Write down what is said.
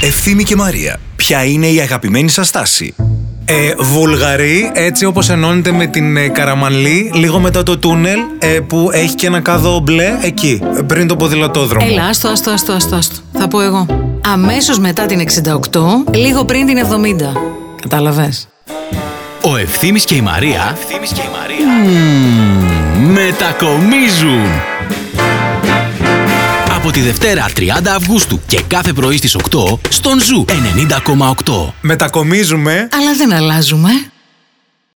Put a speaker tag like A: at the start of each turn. A: Ευθύμη και Μαρία. Ποια είναι η αγαπημένη σας στάση.
B: Ε, Βουλγαρή, έτσι όπως ενώνεται με την ε, Καραμανλή, λίγο μετά το τούνελ ε, που έχει και ένα κάδο μπλε εκεί, ε, πριν το ποδηλατόδρομο.
C: Έλα, άστο, άστο, άστο, άστο, άστο. Θα πω εγώ. Αμέσως μετά την 68, λίγο πριν την 70. Κατάλαβες.
D: Ο Ευθύμης και η Μαρία
A: Ευθύμης και η Μαρία.
D: μετακομίζουν. Από τη Δευτέρα 30 Αυγούστου και κάθε πρωί στις 8 στον Ζου 90,8.
B: Μετακομίζουμε
C: Αλλά δεν αλλάζουμε.